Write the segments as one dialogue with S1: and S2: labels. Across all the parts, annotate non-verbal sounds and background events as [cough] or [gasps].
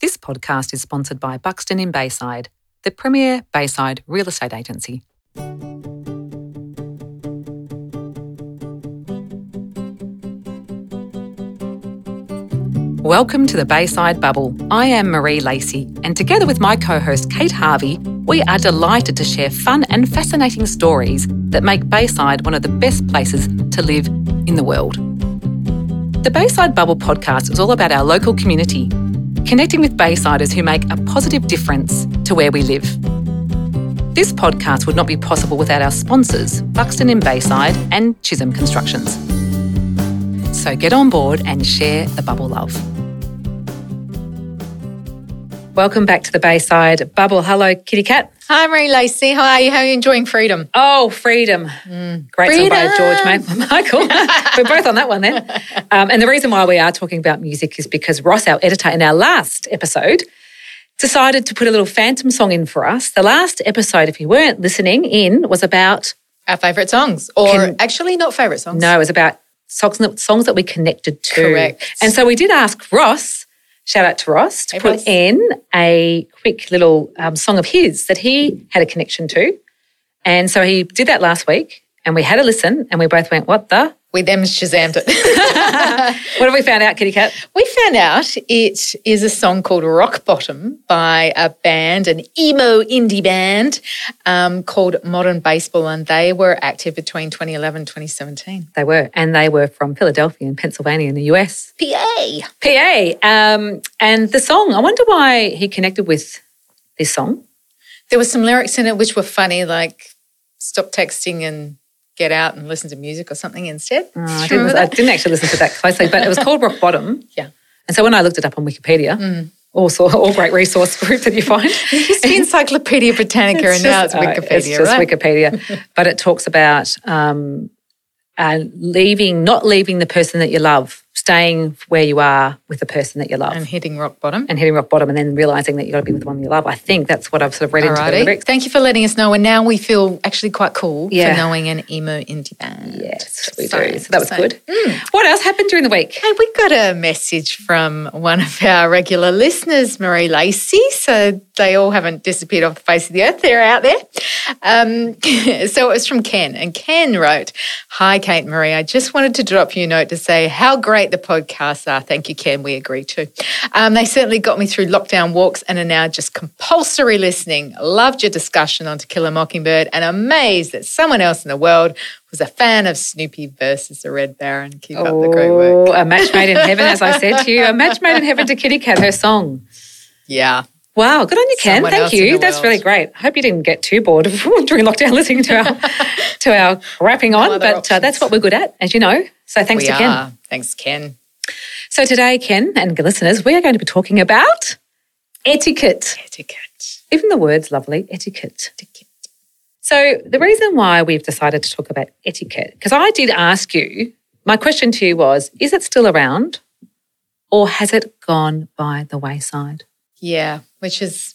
S1: This podcast is sponsored by Buxton in Bayside, the premier Bayside real estate agency. Welcome to the Bayside Bubble. I am Marie Lacey, and together with my co host Kate Harvey, we are delighted to share fun and fascinating stories that make Bayside one of the best places to live in the world. The Bayside Bubble podcast is all about our local community, connecting with Baysiders who make a positive difference to where we live. This podcast would not be possible without our sponsors, Buxton in Bayside and Chisholm Constructions. So get on board and share the bubble love. Welcome back to the Bayside Bubble. Hello, Kitty Cat.
S2: Hi, Marie Lacey. How are you? How are you enjoying freedom?
S1: Oh, freedom. Great song by George Ma- [laughs] Michael. We're both on that one then. Um, and the reason why we are talking about music is because Ross, our editor, in our last episode, decided to put a little phantom song in for us. The last episode, if you weren't listening in, was about
S2: Our favourite songs, or actually not favourite songs.
S1: No, it was about songs that, songs that we connected to.
S2: Correct.
S1: And so we did ask Ross, shout out to Ross, to
S2: Hey,
S1: put
S2: Ross.
S1: in a quick little um, song of his that he had a connection to. And so he did that last week and we had a listen and we both went, what the?
S2: We them shazammed it.
S1: What have we found out, Kitty Cat?
S2: [laughs] we found out it is a song called Rock Bottom by a band, an emo indie band um, called Modern Baseball, and they were active between 2011 and 2017.
S1: They were, and they were from Philadelphia and Pennsylvania in the US.
S2: PA.
S1: PA. Um, and the song, I wonder why he connected with this song.
S2: There were some lyrics in it which were funny, like stop texting and get out and listen to music or something instead.
S1: Uh, I,
S2: Do you
S1: didn't,
S2: remember
S1: I
S2: [laughs] that?
S1: didn't actually listen to that closely, but it was called Rock Bottom.
S2: [laughs] Yeah. Mm.
S1: And so when I looked it up on Wikipedia, also all great resource [laughs] group that you find.
S2: It's the [laughs] Encyclopedia Britannica, and now it's
S1: uh,
S2: Wikipedia,
S1: it's just
S2: right? [laughs]
S1: Wikipedia, but it talks about um, uh, leaving, not leaving the person that you love, staying where you are with the person that you love.
S2: and hitting rock bottom.
S1: and hitting rock bottom and then realizing that you've got to be with the one you love. I think that's what I've sort of read into the
S2: Alrighty.
S1: lyrics.
S2: Thank you for letting us know. And now we feel actually quite cool
S1: Yeah.
S2: for knowing an emo indie band.
S1: Yes, we
S2: So-
S1: do. So that was
S2: so-
S1: good. What else happened during the week?
S2: Hey, we got a message from one of our regular listeners, Marie Lacey. So they all haven't disappeared off the face of the earth. They're out there. Um, [laughs] so it was from Ken. And Ken wrote Hi, Kate and Marie. I just wanted to drop you a note to say how great the podcasts are. Thank you, Ken. We agree too. Um, they certainly got me through lockdown walks and are now just compulsory listening. Loved your discussion on To Kill a Mockingbird and amazed that someone else in the world was a fan of Snoopy versus the Red Baron. Keep up the great work.
S1: Oh, a match made in heaven, as I said to you. A match made in heaven to Kitty Cat, her song.
S2: Yeah.
S1: Wow, good on you, Ken.
S2: Someone
S1: Thank
S2: else in
S1: you.
S2: the
S1: That's
S2: world.
S1: really great. I hope you didn't get too bored [laughs] during lockdown listening to our to our rapping on,
S2: other
S1: but uh, that's
S2: options.
S1: what we're good at, as you know. So thanks
S2: we
S1: to Ken.
S2: are. Thanks, Ken.
S1: So today, Ken and listeners, we are going to be talking about etiquette.
S2: Etiquette.
S1: Even the word's lovely, etiquette.
S2: Etiquette.
S1: So, the reason why we've decided to talk about etiquette, because I did ask you, my question to you was, is it still around or has it gone by the wayside?
S2: Yeah, which is,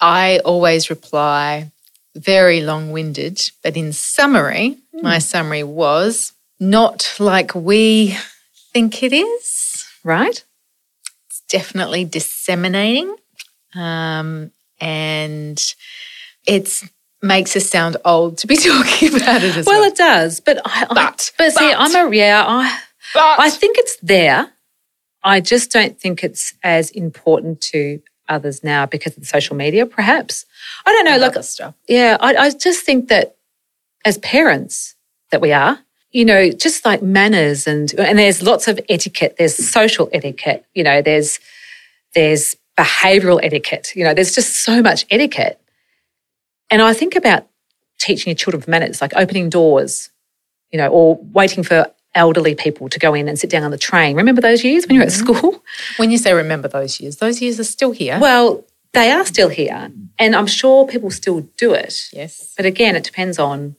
S2: I always reply very long winded, but in summary,
S1: Hmm.
S2: my summary was not like we think it is.
S1: Right?
S2: It's definitely disseminating. Um, and it's makes us sound old to be [laughs] talking about it as well.
S1: Well, it does, but I, I-
S2: But-
S1: but see,
S2: but-
S1: I'm a, yeah, I,
S2: but
S1: I think it's there. I just don't think it's as important to others now because of social media, perhaps. I don't know. Look,
S2: other stuff.
S1: Yeah, I, I just think that as parents that we are, you know, just like manners and and there's lots of etiquette. There's social etiquette. You know, there's there's behavioural etiquette. You know, there's just so much etiquette. And I think about teaching your children manners, like opening doors, you know, or waiting for elderly people to go in and sit down on the train. Remember those years when you were at school?
S2: When you say remember those years, those years are still here.
S1: Well, they are still here, and I'm sure people still do it.
S2: yes.
S1: But again, it depends on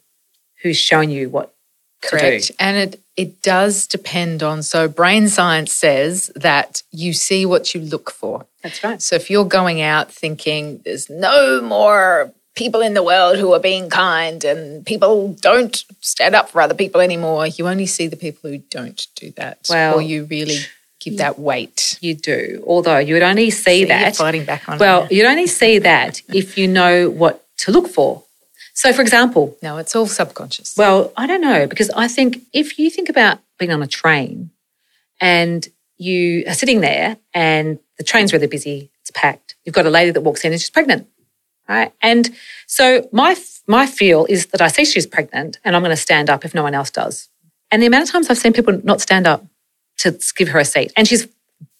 S1: who's shown you what
S2: Correct. And it it does depend on so brain science says that you see what you look for.
S1: That's right.
S2: So if you're going out thinking there's no more people in the world who are being kind and people don't stand up for other people anymore, you only see the people who don't do that.
S1: Well,
S2: or you really give that weight.
S1: You do, although you would only see
S2: So you're
S1: that.
S2: fighting back on it,
S1: well,
S2: yeah.
S1: you'd only see that if you know what to look for. So, for example,
S2: No, it's all subconscious.
S1: well, I don't know, because I think if you think about being on a train and you are sitting there and the train's really busy, it's packed, you've got a lady that walks in and she's pregnant, right? And so my, my feel is that I see she's pregnant and I'm going to stand up if no one else does. And the amount of times I've seen people not stand up to give her a seat, and she's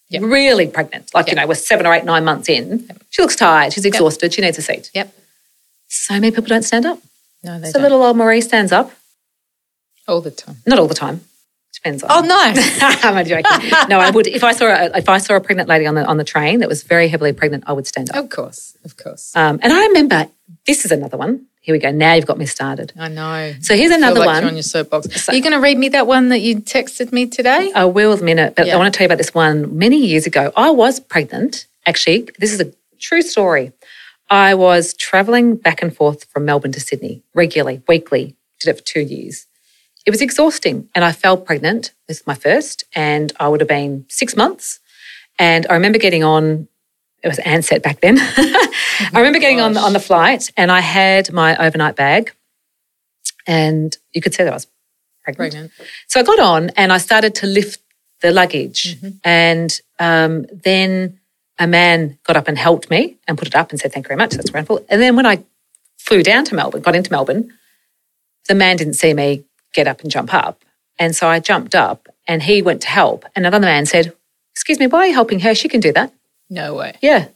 S2: Yep.
S1: really pregnant, like, you know, we're seven or eight, nine months in. She looks tired, she's exhausted, she needs a seat.
S2: yep.
S1: So many people don't stand up.
S2: No, they
S1: So
S2: don't.
S1: little old Marie stands up,
S2: all the time.
S1: not all the time. Depends on. [laughs]
S2: Oh, nice.
S1: I'm only joking. No, I would if I saw a, if I saw a pregnant lady on the on the train that was very heavily pregnant, I would stand up.
S2: [laughs] of course. Of course.
S1: Um, and I remember this is another one. Here we go. Now you've got me started.
S2: I know.
S1: So here's
S2: I feel
S1: another
S2: like
S1: one.
S2: You're on your soapbox. Are you going to read me that one that you texted me today?
S1: I will in a minute, but
S2: Yeah.
S1: I want to tell you about this one many years ago. I was pregnant, actually. This is a true story. I was traveling back and forth from Melbourne to Sydney regularly, weekly, did it for two years. It was exhausting, and I fell pregnant with my first, and I would have been six months. And I remember getting on, it was Ansett back then. [laughs] I remember getting on,
S2: Oh gosh.
S1: on the flight, and I had my overnight bag, and you could say that I was pregnant.
S2: Pregnant.
S1: So I got on and I started to lift the luggage. And um, then a man got up and helped me and put it up and said, Thank you very much. That's wonderful. And then when I flew down to Melbourne, got into Melbourne, the man didn't see me get up and jump up. And so I jumped up and he went to help. And another man said, Excuse me, why are you helping her? She can do that.
S2: No way.
S1: Yeah.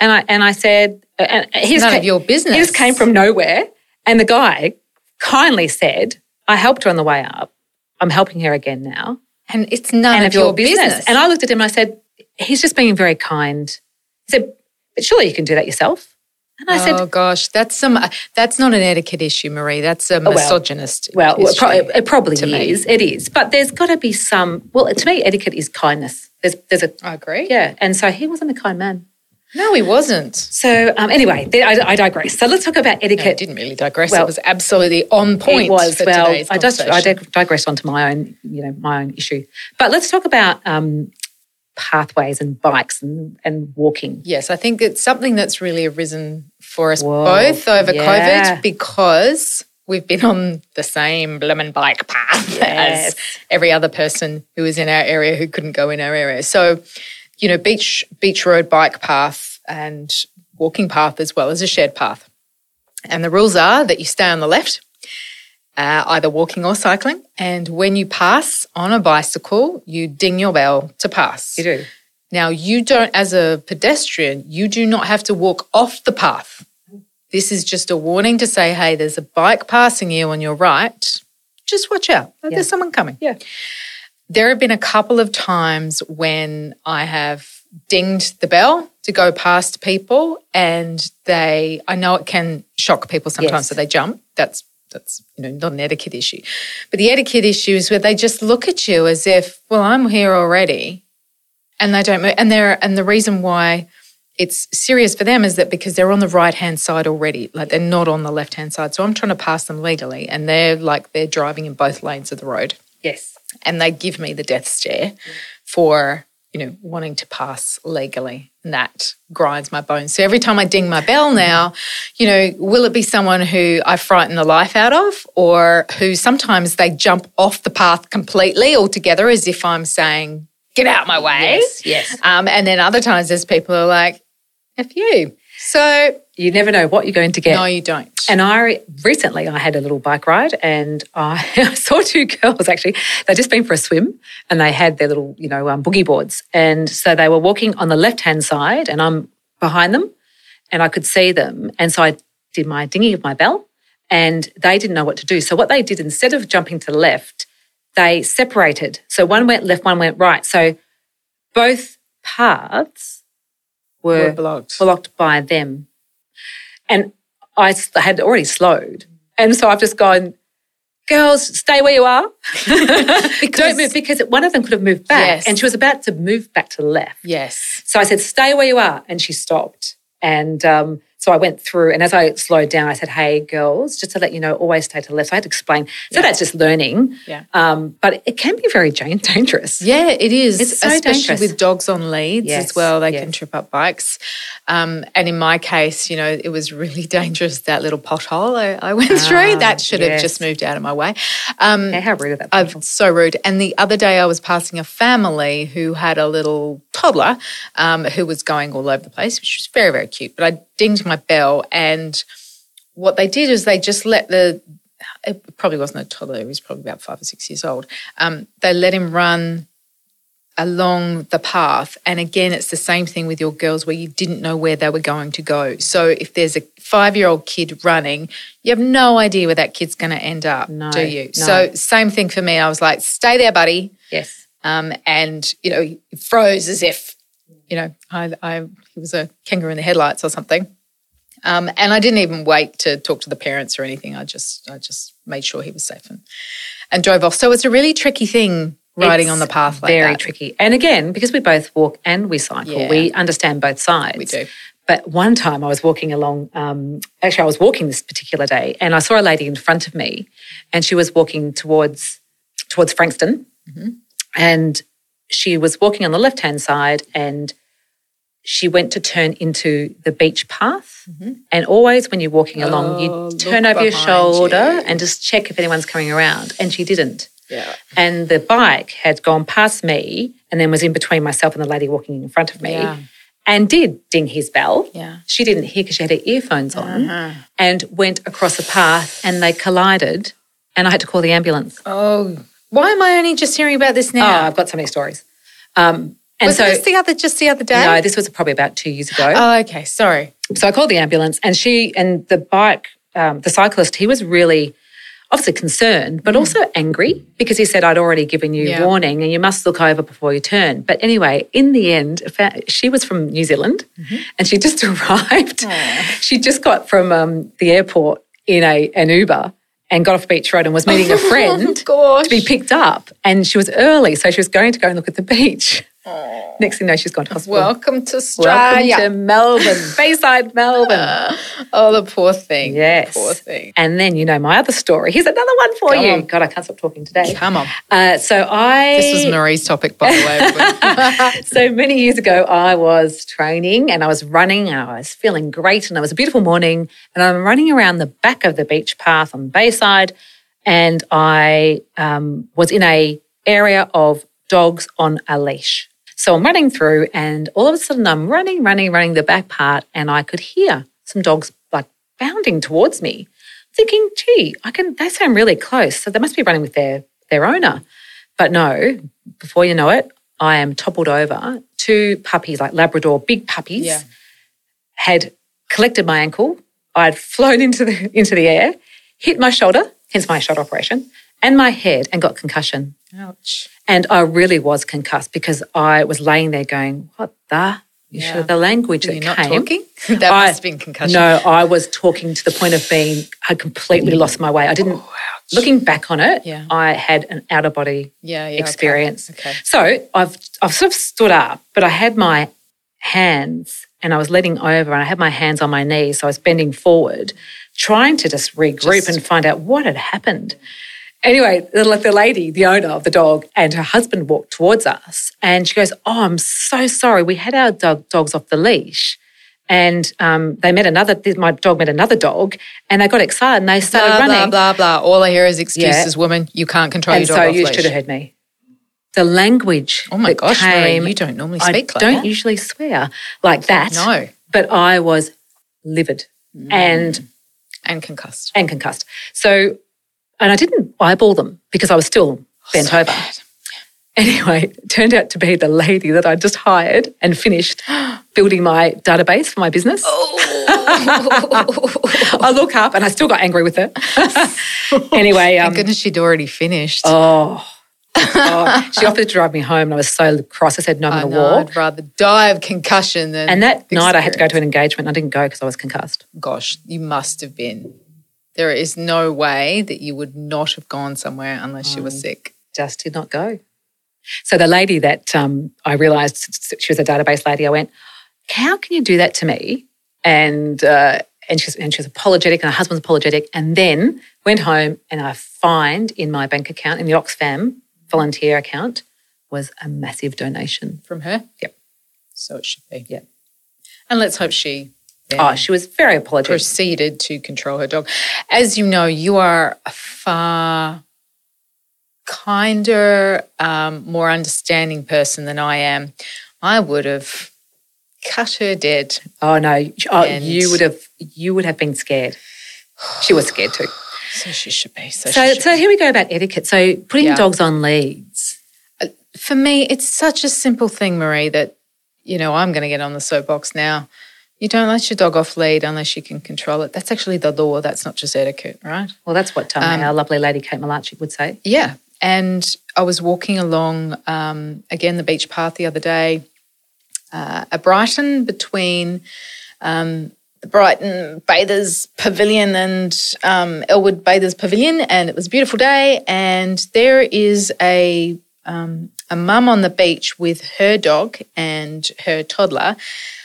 S1: And I and I said, and his
S2: None of your business.
S1: He just came from nowhere, and the guy kindly said, "I helped her on the way up. I'm helping her again now."
S2: And it's none
S1: And
S2: of your business.
S1: And I looked at him and I said, "He's just being very kind." He said, "But surely you can do that yourself." And I
S2: oh
S1: said,
S2: gosh, that's some. That's not an etiquette issue, Marie. That's a
S1: Oh, well.
S2: misogynist.
S1: "Well, it, pro-
S2: issue.
S1: it probably uh,
S2: to me.
S1: is. It is, but there's got to be some. Well, to me, etiquette is kindness. There's, there's a
S2: I agree.
S1: yeah, and so he wasn't a kind man.
S2: No, he wasn't.
S1: So um, anyway, th- I, I digress. So let's talk about
S2: No, it
S1: etiquette.
S2: didn't really digress. it
S1: Well,
S2: was absolutely on point.
S1: It was
S2: for
S1: well.
S2: today's
S1: I just I
S2: conversation.
S1: dig- digressed onto my own you know my own issue. But let's talk about um, pathways and bikes and, and walking.
S2: Yes, I think it's something that's really arisen for us
S1: Whoa,
S2: both over
S1: yeah.
S2: COVID because we've been on the same bloomin' bike path [laughs]
S1: Yes.
S2: as every other person who was in our area who couldn't go in our area. So, you know, beach beach road bike path and walking path as well as a shared path. And the rules are that you stay on the left uh, either walking or cycling. And when you pass on a bicycle, you ding your bell to pass.
S1: You do.
S2: Now, you don't, as a pedestrian, you do not have to walk off the path. This is just a warning to say, hey, there's a bike passing you on your right. Just watch out. There's someone coming.
S1: Yeah.
S2: There have been a couple of times when I have dinged the bell to go past people and they I know it can shock people sometimes
S1: Yes.
S2: so they jump. That's that's you know not an etiquette issue. But the etiquette issue is where they just look at you as if, well, I'm here already and they don't move. And they're and the reason why it's serious for them is that because they're on the right hand side already, like they're not on the left hand side. So I'm trying to pass them legally, and they're like they're driving in both lanes of the road,
S1: Yes.
S2: and they give me the death stare for you know wanting to pass legally. And that grinds my bones. So every time I ding my bell now, you know, will it be someone who I frighten the life out of, or who sometimes they jump off the path completely altogether, as if I'm saying. Get out my way.
S1: Yes. Yes.
S2: Um, and then other times there's people who are like, F you. So
S1: You never know what you're going to get.
S2: no, you don't.
S1: And I recently I had a little bike ride and I, [laughs] saw two girls actually. They'd just been for a swim and they had their little, you know, um, boogie boards. And so they were walking on the left hand side and I'm behind them and I could see them. And so I did my dinging of my bell and they didn't know what to do. So what they did instead of jumping to the left, they separated. So one went left, one went right. So both paths
S2: we're
S1: were
S2: blocked.
S1: blocked by them. And I s- had already slowed. And so I've just gone, girls, stay where you
S2: [laughs]
S1: are. Don't move because one of them could have moved back
S2: Yes.
S1: and she was about to move back to the left.
S2: yes.
S1: So I said, stay where you are. And she stopped. And um, So I went through, and as I slowed down, I said, "Hey, girls, just to let you know, always stay to the left." So I had to explain. So that's just learning.
S2: Yeah.
S1: Um, but it can be very [laughs] jan- dangerous.
S2: Yeah, it is.
S1: It's so
S2: Especially
S1: dangerous.
S2: with dogs on leads
S1: Yes,
S2: as well, they
S1: yes.
S2: can trip up bikes. Um, and in my case, you know, it was really [laughs] dangerous that little pothole I, I went through. That should have
S1: Ah, yes.
S2: just moved out of my way. Um,
S1: Yeah, how rude of that.
S2: I've, so rude. And the other day, I was passing a family who had a little toddler um, who was going all over the place, which was very, very cute. But I dinged my bell, and what they did is they just let the it probably wasn't a toddler; he was probably about five or six years old. Um, they let him run along the path. And again, it's the same thing with your girls where you didn't know where they were going to go. So if there's a five year old kid running, you have no idea where that kid's going to end up,
S1: No,
S2: do you?
S1: no.
S2: So, same thing for me. I was like, stay there, buddy.
S1: Yes.
S2: Um, and, you know, he froze as if, you know, I, I, he was a kangaroo in the headlights or something. Um, and I didn't even wait to talk to the parents or anything. I just, I just made sure he was safe and, and drove off. So it's a really tricky thing riding
S1: It's
S2: on the path like
S1: very
S2: that.
S1: tricky. And again, because we both walk and we cycle,
S2: Yeah.
S1: we understand both sides.
S2: We do.
S1: But one time I was walking along, um, actually, I was walking this particular day and I saw a lady in front of me and she was walking towards towards Frankston.
S2: Mm-hmm.
S1: And she was walking on the left hand side and she went to turn into the beach path. And always when you're walking along,
S2: Mm-hmm. Oh,
S1: you
S2: look
S1: turn over your
S2: behind
S1: shoulder
S2: you.
S1: and just check if anyone's coming around. And she didn't
S2: Yeah.
S1: and the bike had gone past me and then was in between myself and the lady walking in front of me
S2: Yeah.
S1: and did ding his bell.
S2: Yeah. Uh-huh.
S1: She didn't hear because she had her earphones on and went across a path and they collided and I had to call the ambulance. Oh,
S2: Oh, why am I only just hearing about this now?
S1: I've got so many stories. Um, Oh, and
S2: was
S1: so,
S2: this the other just the other day?
S1: no, this was probably about two years ago.
S2: oh, okay. Sorry.
S1: so I called the ambulance, and she and the bike, um, the cyclist, he was really obviously concerned, but also angry because he said, "I'd already given you
S2: Mm. Yeah.
S1: warning, and you must look over before you turn." But anyway, in the end, fa- she was from New Zealand,
S2: Mm-hmm.
S1: and she just [laughs] arrived. She just got from um, the airport in a an Uber. And got off Beach Road and was
S2: [laughs]
S1: meeting a friend
S2: Oh, gosh.
S1: to be picked up. And she was early, so she was going to go and look at the beach. Next thing you know, she's gone to hospital.
S2: Welcome to
S1: Welcome
S2: Australia.
S1: to Melbourne, [laughs] Bayside, Melbourne.
S2: oh, the poor thing.
S1: Yes.
S2: The poor thing.
S1: And then you know my other story. Here's another one for
S2: Come
S1: you.
S2: on.
S1: God, I can't stop talking today.
S2: Come on.
S1: Uh, so I
S2: This was Marie's topic, by the way.
S1: so many years ago, I was training and I was running and I was feeling great and it was a beautiful morning and I'm running around the back of the beach path on Bayside and I um, was in a area of dogs on a leash. So I'm running through and all of a sudden I'm running, running, running the back part and I could hear some dogs like bounding towards me, thinking, gee, I can they sound really close. So they must be running with their their owner. But no, before you know it, I am toppled over. Two puppies, like Labrador, big puppies,
S2: Yeah.
S1: had collected my ankle. I had flown into the into the air, hit my shoulder, hence my shoulder operation, and my head, and got concussion.
S2: Ouch.
S1: And I really was concussed because I was laying there going, "What the?" You
S2: Yeah.
S1: should have the language
S2: Were
S1: that
S2: you not
S1: came.
S2: talking? [laughs] that
S1: I-
S2: must have been concussion.
S1: No, I was talking to the point of being, I completely lost my way. I didn't. Looking back on it,
S2: Yeah.
S1: I had an out of body
S2: Yeah, yeah. okay.
S1: experience.
S2: Okay.
S1: So I've I've sort of stood up, but I had my hands and I was letting over and I had my hands on my knees. So I was bending forward, trying to just regroup
S2: Just-
S1: and find out what had happened. Anyway, the, the lady, the owner of the dog, and her husband walked towards us and she goes, Oh, I'm so sorry. We had our dog, dogs off the leash. And um, they met another, my dog met another dog and they got excited and they started
S2: Blah,
S1: running.
S2: blah, blah, blah. All I hear is excuses, woman. You can't control
S1: And
S2: your
S1: so
S2: dog. off
S1: you
S2: leash.
S1: should have heard me. The language.
S2: Oh my
S1: that
S2: gosh,
S1: came,
S2: Marie, you don't normally
S1: I
S2: speak like
S1: don't
S2: that.
S1: usually swear like that.
S2: No. Mm.
S1: but I was livid and
S2: And concussed.
S1: and concussed. So, and I didn't eyeball them because I was
S2: Oh,
S1: still bent over. [laughs] Anyway, it turned out to be the lady that I just hired and
S2: [gasps]
S1: finished building my database for my business.
S2: Oh.
S1: [laughs] I look up and I still got angry with
S2: [laughs]
S1: her. anyway, um,
S2: Thank goodness she'd already finished.
S1: Oh. God. she offered to drive me home, and I was so cross. I said, "No, I'm
S2: I
S1: going to
S2: know,
S1: walk."
S2: I'd rather die of concussion than.
S1: And that night, I had to go to an engagement, and I didn't go because I was concussed.
S2: Gosh, you must have been. There is no way that you would not have gone somewhere unless you
S1: Mm.
S2: were sick.
S1: Just did not go. So the lady that um, I realised she was a database lady, I went, "How can you do that to me?" and uh, and she's and she's apologetic, and her husband's apologetic, and then went home, and I find in my bank account in the Oxfam volunteer account was a massive donation.
S2: from her.
S1: Yep.
S2: So it should be.
S1: Yep.
S2: And let's hope she
S1: Oh, she was very apologetic.
S2: proceeded to control her dog. As you know, you are a far kinder, um, more understanding person than I am. I would have cut her dead.
S1: Oh no! Oh,
S2: And-
S1: you would have you would have been scared. She was scared too.
S2: So she should be. So,
S1: So
S2: she should
S1: so here we go about etiquette. So putting
S2: Yeah.
S1: dogs on leads.
S2: for me, it's such a simple thing, Marie, that, you know, I'm going to get on the soapbox now. You don't let your dog off lead unless you can control it. That's actually the law. That's not just etiquette, right?
S1: Well, that's what Tony,
S2: Um,
S1: our lovely lady Kate Malachi would say.
S2: Yeah. And I was walking along, um, again, the beach path the other day uh, at Brighton between um, the Brighton Bathers Pavilion and um, Elwood Bathers Pavilion. And it was a beautiful day. And there is a um, a mum on the beach with her dog and her toddler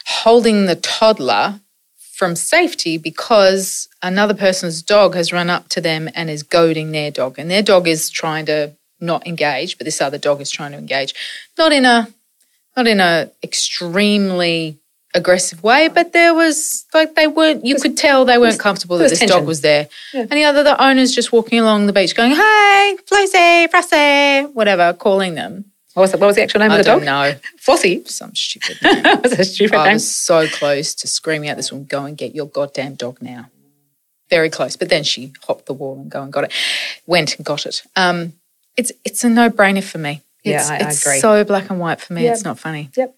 S2: holding the toddler from safety because another person's dog has run up to them and is goading their dog. And their dog is trying to not engage, but this other dog is trying to engage. Not in a not in a extremely aggressive way, but there was like they weren't you could tell they weren't comfortable that
S1: was
S2: this
S1: tension.
S2: dog was there. And the other the owner's just walking along the beach going, Hey, Flossie, Frossie, whatever, calling them.
S1: What was, the, what was the actual name
S2: I
S1: of the
S2: don't
S1: dog?
S2: know.
S1: Flossie. [laughs]
S2: Some stupid
S1: that was a stupid
S2: I
S1: name.
S2: was so close to screaming at this woman, go and get your goddamn dog now. Very close. But then she hopped the wall and go and got it. Went and got it. Um, it's it's a no brainer for me.
S1: Yeah,
S2: It's,
S1: I- I
S2: it's
S1: agree.
S2: so Oh, black and white for me. It's not funny.
S1: Yep.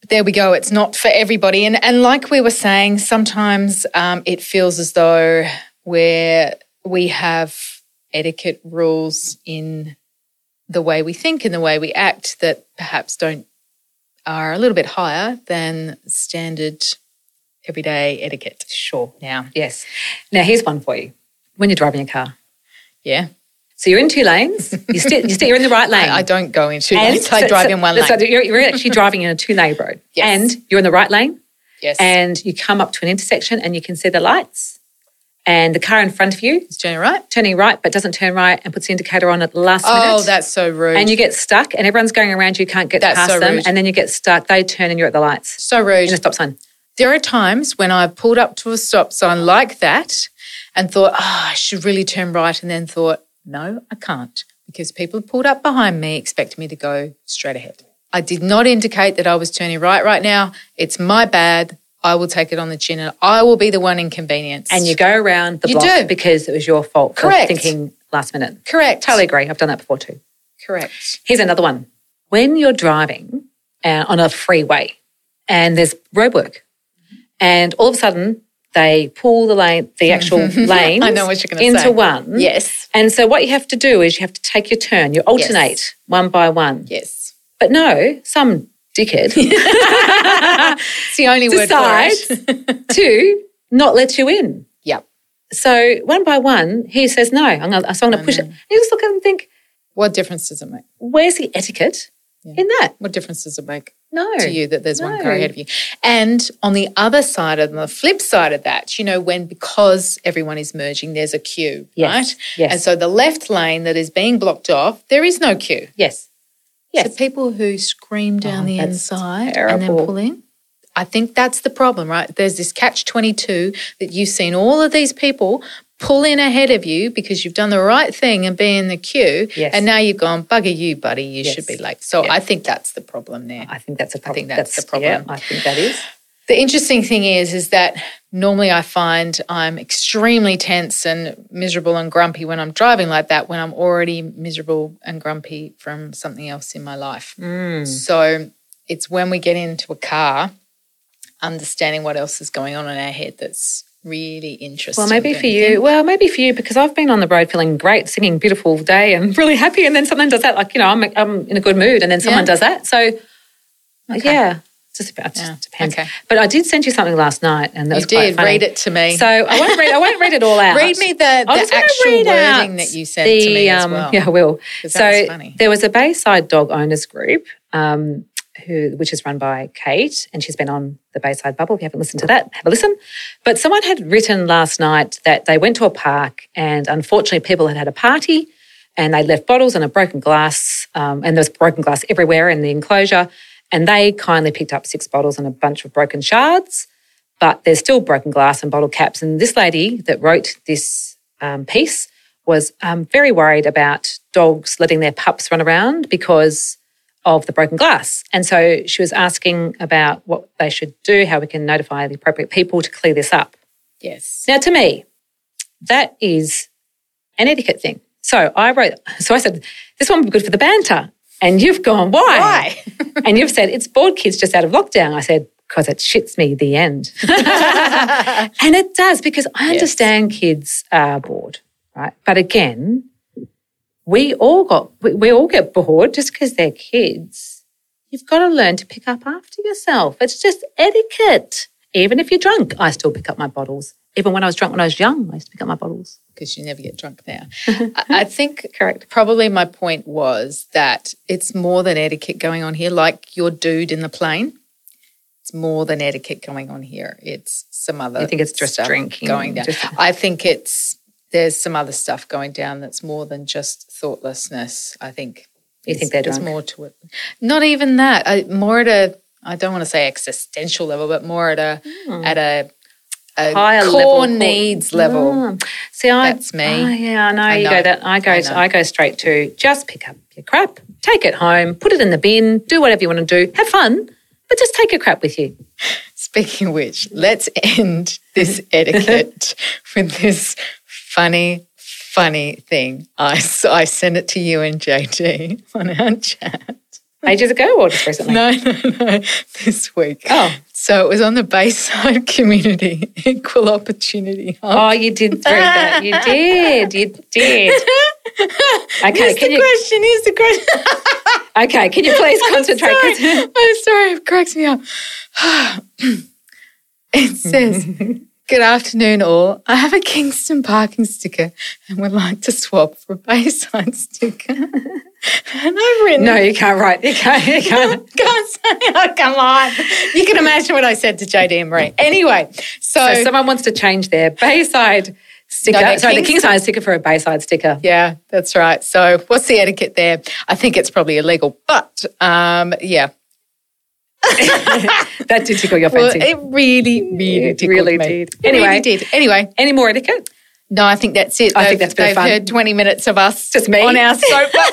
S2: But there we go. It's not for everybody. And and like we were saying, sometimes um, it feels as though where we have etiquette rules in the way we think and the way we act that perhaps don't are a little bit higher than standard everyday etiquette. Sure. Now,
S1: Yes. Now here's one for you. When you're driving a car,
S2: yeah,
S1: so you're in two lanes. You sti- you sti- you're in the right lane.
S2: [laughs] I don't go into.
S1: And
S2: lanes. [laughs] I
S1: so-
S2: drive
S1: so-
S2: in one
S1: so
S2: lane.
S1: you're, you're actually driving in a two lane road,
S2: Yes.
S1: and you're in the right lane,
S2: Yes,
S1: and you come up to an intersection, and you can see the lights, and the car in front of you
S2: it's turning right.
S1: turning right but doesn't turn right and puts the indicator on at the last
S2: Oh,
S1: minute.
S2: that's so rude.
S1: and you get stuck and everyone's going around you, you can't get
S2: That's
S1: past
S2: so
S1: them.
S2: rude.
S1: And then you get stuck, they turn and you're at the lights.
S2: so rude.
S1: In a stop sign.
S2: there are times when I've pulled up to a stop sign like that and thought, oh, I should really turn right. And then thought, no, I can't because people have pulled up behind me expecting me to go straight ahead. I did not indicate that I was turning right right now. It's my bad. I will take it on the chin and I will be the one inconvenienced.
S1: And you go around the
S2: You
S1: block
S2: do.
S1: because it was your fault for
S2: Correct.
S1: thinking last minute.
S2: Correct.
S1: Totally agree. I've done that before too.
S2: Correct.
S1: Here's another one. When you're driving uh, on a freeway and there's roadwork, and all of a sudden they pull the lane, the
S2: [laughs]
S1: actual lane,
S2: I know what you're gonna
S1: into
S2: say.
S1: one.
S2: Yes.
S1: And so what you have to do is you have to take your turn. You alternate one by one.
S2: Yes. [laughs]
S1: But no, some dickhead
S2: It's the only word for it. [laughs]
S1: decides to not let you in.
S2: Yep.
S1: So one by one, he says, "No, I'm gonna, so I'm going to push it." And you just look at him and think,
S2: What difference does it make?
S1: "Where's the etiquette in that?"
S2: What difference does it make?
S1: No,
S2: to you that there's one
S1: No.
S2: car ahead of you. And on the other side of the flip side of that, you know, when because everyone is merging, there's a queue,
S1: Yes,
S2: right?
S1: yes.
S2: And so the left lane that is being blocked off, there is no queue.
S1: yes, yes.
S2: So people who scream down
S1: Oh,
S2: the
S1: that's
S2: inside and
S1: terrible.
S2: then pull in. I think that's the problem, right? There's this catch 22 that you've seen all of these people pull in ahead of you because you've done the right thing and be in the queue.
S1: Yes.
S2: And now you've gone, bugger you, buddy, you
S1: Yes.
S2: should be late. So
S1: Yeah.
S2: I think that's the problem there.
S1: I think that's a problem.
S2: think that's the problem.
S1: yeah, I think that is.
S2: The interesting thing is, is that normally I find I'm extremely tense and miserable and grumpy when I'm driving like that, when I'm already miserable and grumpy from something else in my life.
S1: Hmm.
S2: So it's when we get into a car, understanding what else is going on in our head that's really interesting.
S1: Well, maybe
S2: don't
S1: for you. Well, maybe for you because I've been on the road feeling great, singing "Beautiful Day" and [laughs] really happy, and then someone does that. Like you know, I'm I'm in a good mood, and then someone
S2: Yeah.
S1: does that. So yeah, it's just, about, it
S2: Yeah.
S1: just depends.
S2: Okay.
S1: But I did send you something last night, and that
S2: You
S1: was quite
S2: did
S1: funny.
S2: read it to me.
S1: So I won't read. I won't read it
S2: [laughs]
S1: all out.
S2: Read me the,
S1: I'm
S2: the
S1: just gonna
S2: actual
S1: read
S2: wording
S1: out
S2: that you sent to me as
S1: um,
S2: well.
S1: Yeah, I will.
S2: 'Cause
S1: So
S2: that was funny.
S1: there was a Bayside dog owners group, um, who which is run by Kate, and she's been on the Bayside Bubble. If you haven't listened to that, have a listen. But someone had written last night that they went to a park, and unfortunately, people had had a party, and they left bottles and a broken glass, um, and there was broken glass everywhere in the enclosure. And they kindly picked up six bottles and a bunch of broken shards, but there's still broken glass and bottle caps. And this lady that wrote this um, piece was um, very worried about dogs letting their pups run around because of the broken glass. And so she was asking about what they should do, how we can notify the appropriate people to clear this up.
S2: Yes.
S1: Now, to me, that is an etiquette thing. So I wrote, so I said, this one would be good for the banter. And you've gone, why?
S2: Why? [laughs]
S1: and you've said, it's bored kids just out of lockdown. I said, because it shits me the end. and it does, because I understand kids are bored, right? But again, we all got we, we all get bored just because they're kids. You've got to learn to pick up after yourself. It's just etiquette. Even if you're drunk, I still pick up my bottles. Even when I was drunk when I was young, I used to pick up my bottles.
S2: Because you never get drunk
S1: [laughs]
S2: now. I I think correct. Probably my point was that it's more than etiquette going on here, like your dude in the plane. It's more than etiquette going on here. It's some other.
S1: You think it's just
S2: stuff
S1: drinking,
S2: going down?
S1: just-
S2: I think it's there's some other stuff going down that's more than just thoughtlessness. I think
S1: You think they're
S2: there's
S1: drunk?
S2: more to it. Not even that. I, more at a I don't want to say existential level, but more at a at a, a
S1: Hmm. Higher
S2: core
S1: level.
S2: needs level.
S1: Mm. See, I
S2: That's me.
S1: Oh, yeah, I know
S2: I
S1: you
S2: know.
S1: go that. I go.
S2: I
S1: I,
S2: know.
S1: go straight to just pick up your crap, take it home, put it in the bin, do whatever you want to do, have fun, but just take your crap with you.
S2: Speaking of which, let's end this etiquette [laughs] with this funny, funny thing. I, so I sent it to you and JT [laughs] on our chat.
S1: Ages ago or just recently?
S2: Hmm. No, no, no, this week.
S1: Oh.
S2: So it was on the Bayside [laughs] Community Equal Opportunity Hub.
S1: Oh, you did read that.
S2: [laughs]
S1: You did. You did. Okay,
S2: Here's the
S1: can you,
S2: question. Here's the question.
S1: okay, can you
S2: [laughs]
S1: please concentrate? 'Cause- [laughs]
S2: sorry. [laughs] I'm sorry, it cracks me up. [sighs] it says, Good afternoon, all. I have a Kingston parking sticker and would like to swap for a Bayside sticker. [laughs] and I've written,
S1: No, you can't write. You can't. You can't.
S2: [laughs] can't say, [laughs] oh, come on. You can imagine what I said to JD and Marie. Anyway, so,
S1: So someone wants to change their Bayside sticker.
S2: No, their
S1: sorry, the
S2: Kings-
S1: King size sticker for a Bayside sticker.
S2: yeah, that's right. So, what's the etiquette there? I think it's probably illegal, but um, yeah,
S1: That did tickle your
S2: well,
S1: fancy.
S2: it really, really,
S1: It
S2: tickled
S1: really
S2: me.
S1: did.
S2: It really
S1: Anyway.
S2: did. Anyway,
S1: Any more etiquette?
S2: No, I think that's it.
S1: I
S2: They've-
S1: think that's a bit of
S2: they've
S1: fun.
S2: heard twenty minutes of us
S1: Just me. [laughs]
S2: on our soapboxes.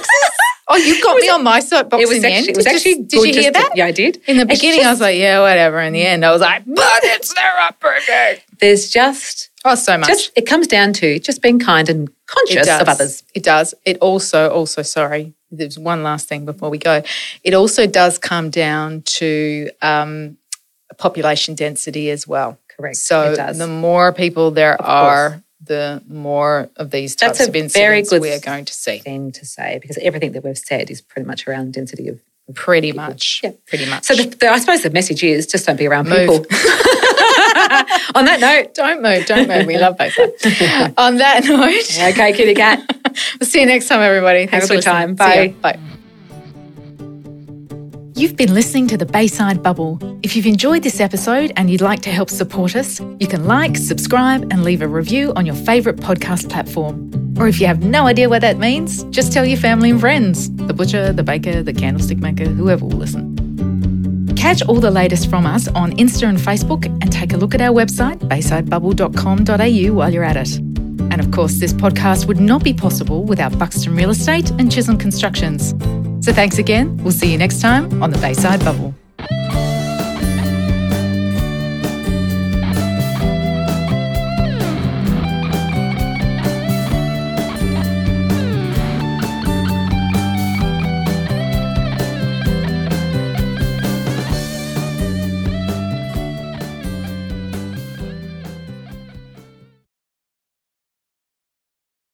S2: oh, you got me on my soapbox
S1: It was
S2: in the
S1: actually.
S2: end.
S1: It was
S2: Did you-
S1: actually.
S2: Did
S1: good
S2: you hear
S1: just
S2: that?
S1: to- yeah, I did.
S2: In the
S1: It's
S2: beginning, I was
S1: just-
S2: like, "Yeah, whatever." In the end, I was like, "But it's their upbringing."
S1: there's just.
S2: Oh, so much.
S1: Just it comes down to just being kind and conscious of others.
S2: It does. It also, also, sorry, there's one last thing before we go. It also does come down to um, population density as well.
S1: Correct.
S2: So
S1: It does.
S2: the more people there
S1: course.
S2: are, the more of these types
S1: That's
S2: of
S1: a
S2: incidents
S1: very good
S2: we are going to see.
S1: Thing to say because everything that we've said is pretty much around density of.
S2: Pretty much.
S1: Yeah.
S2: Pretty much.
S1: So the, the, I suppose the message is just don't be around
S2: Move.
S1: [laughs] people. On that note,
S2: don't move, don't move. We love both. [laughs] On that note,
S1: okay, kitty cat.
S2: we'll see you next time, everybody. Thanks
S1: a
S2: for
S1: good
S2: listening.
S1: time.
S2: See ya.
S1: Bye.
S2: Bye.
S3: You've been listening to the Bayside Bubble. If you've enjoyed this episode and you'd like to help support us, you can like, subscribe, and leave a review on your favourite podcast platform. Or if you have no idea what that means, just tell your family and friends the butcher, the baker, the candlestick maker, whoever will listen. Catch all the latest from us on Insta and Facebook and take a look at our website, baysidebubble.com.au, while you're at it. And of course, this podcast would not be possible without Buxton Real Estate and Chisholm Constructions. So thanks again. We'll see you next time on the Bayside Bubble.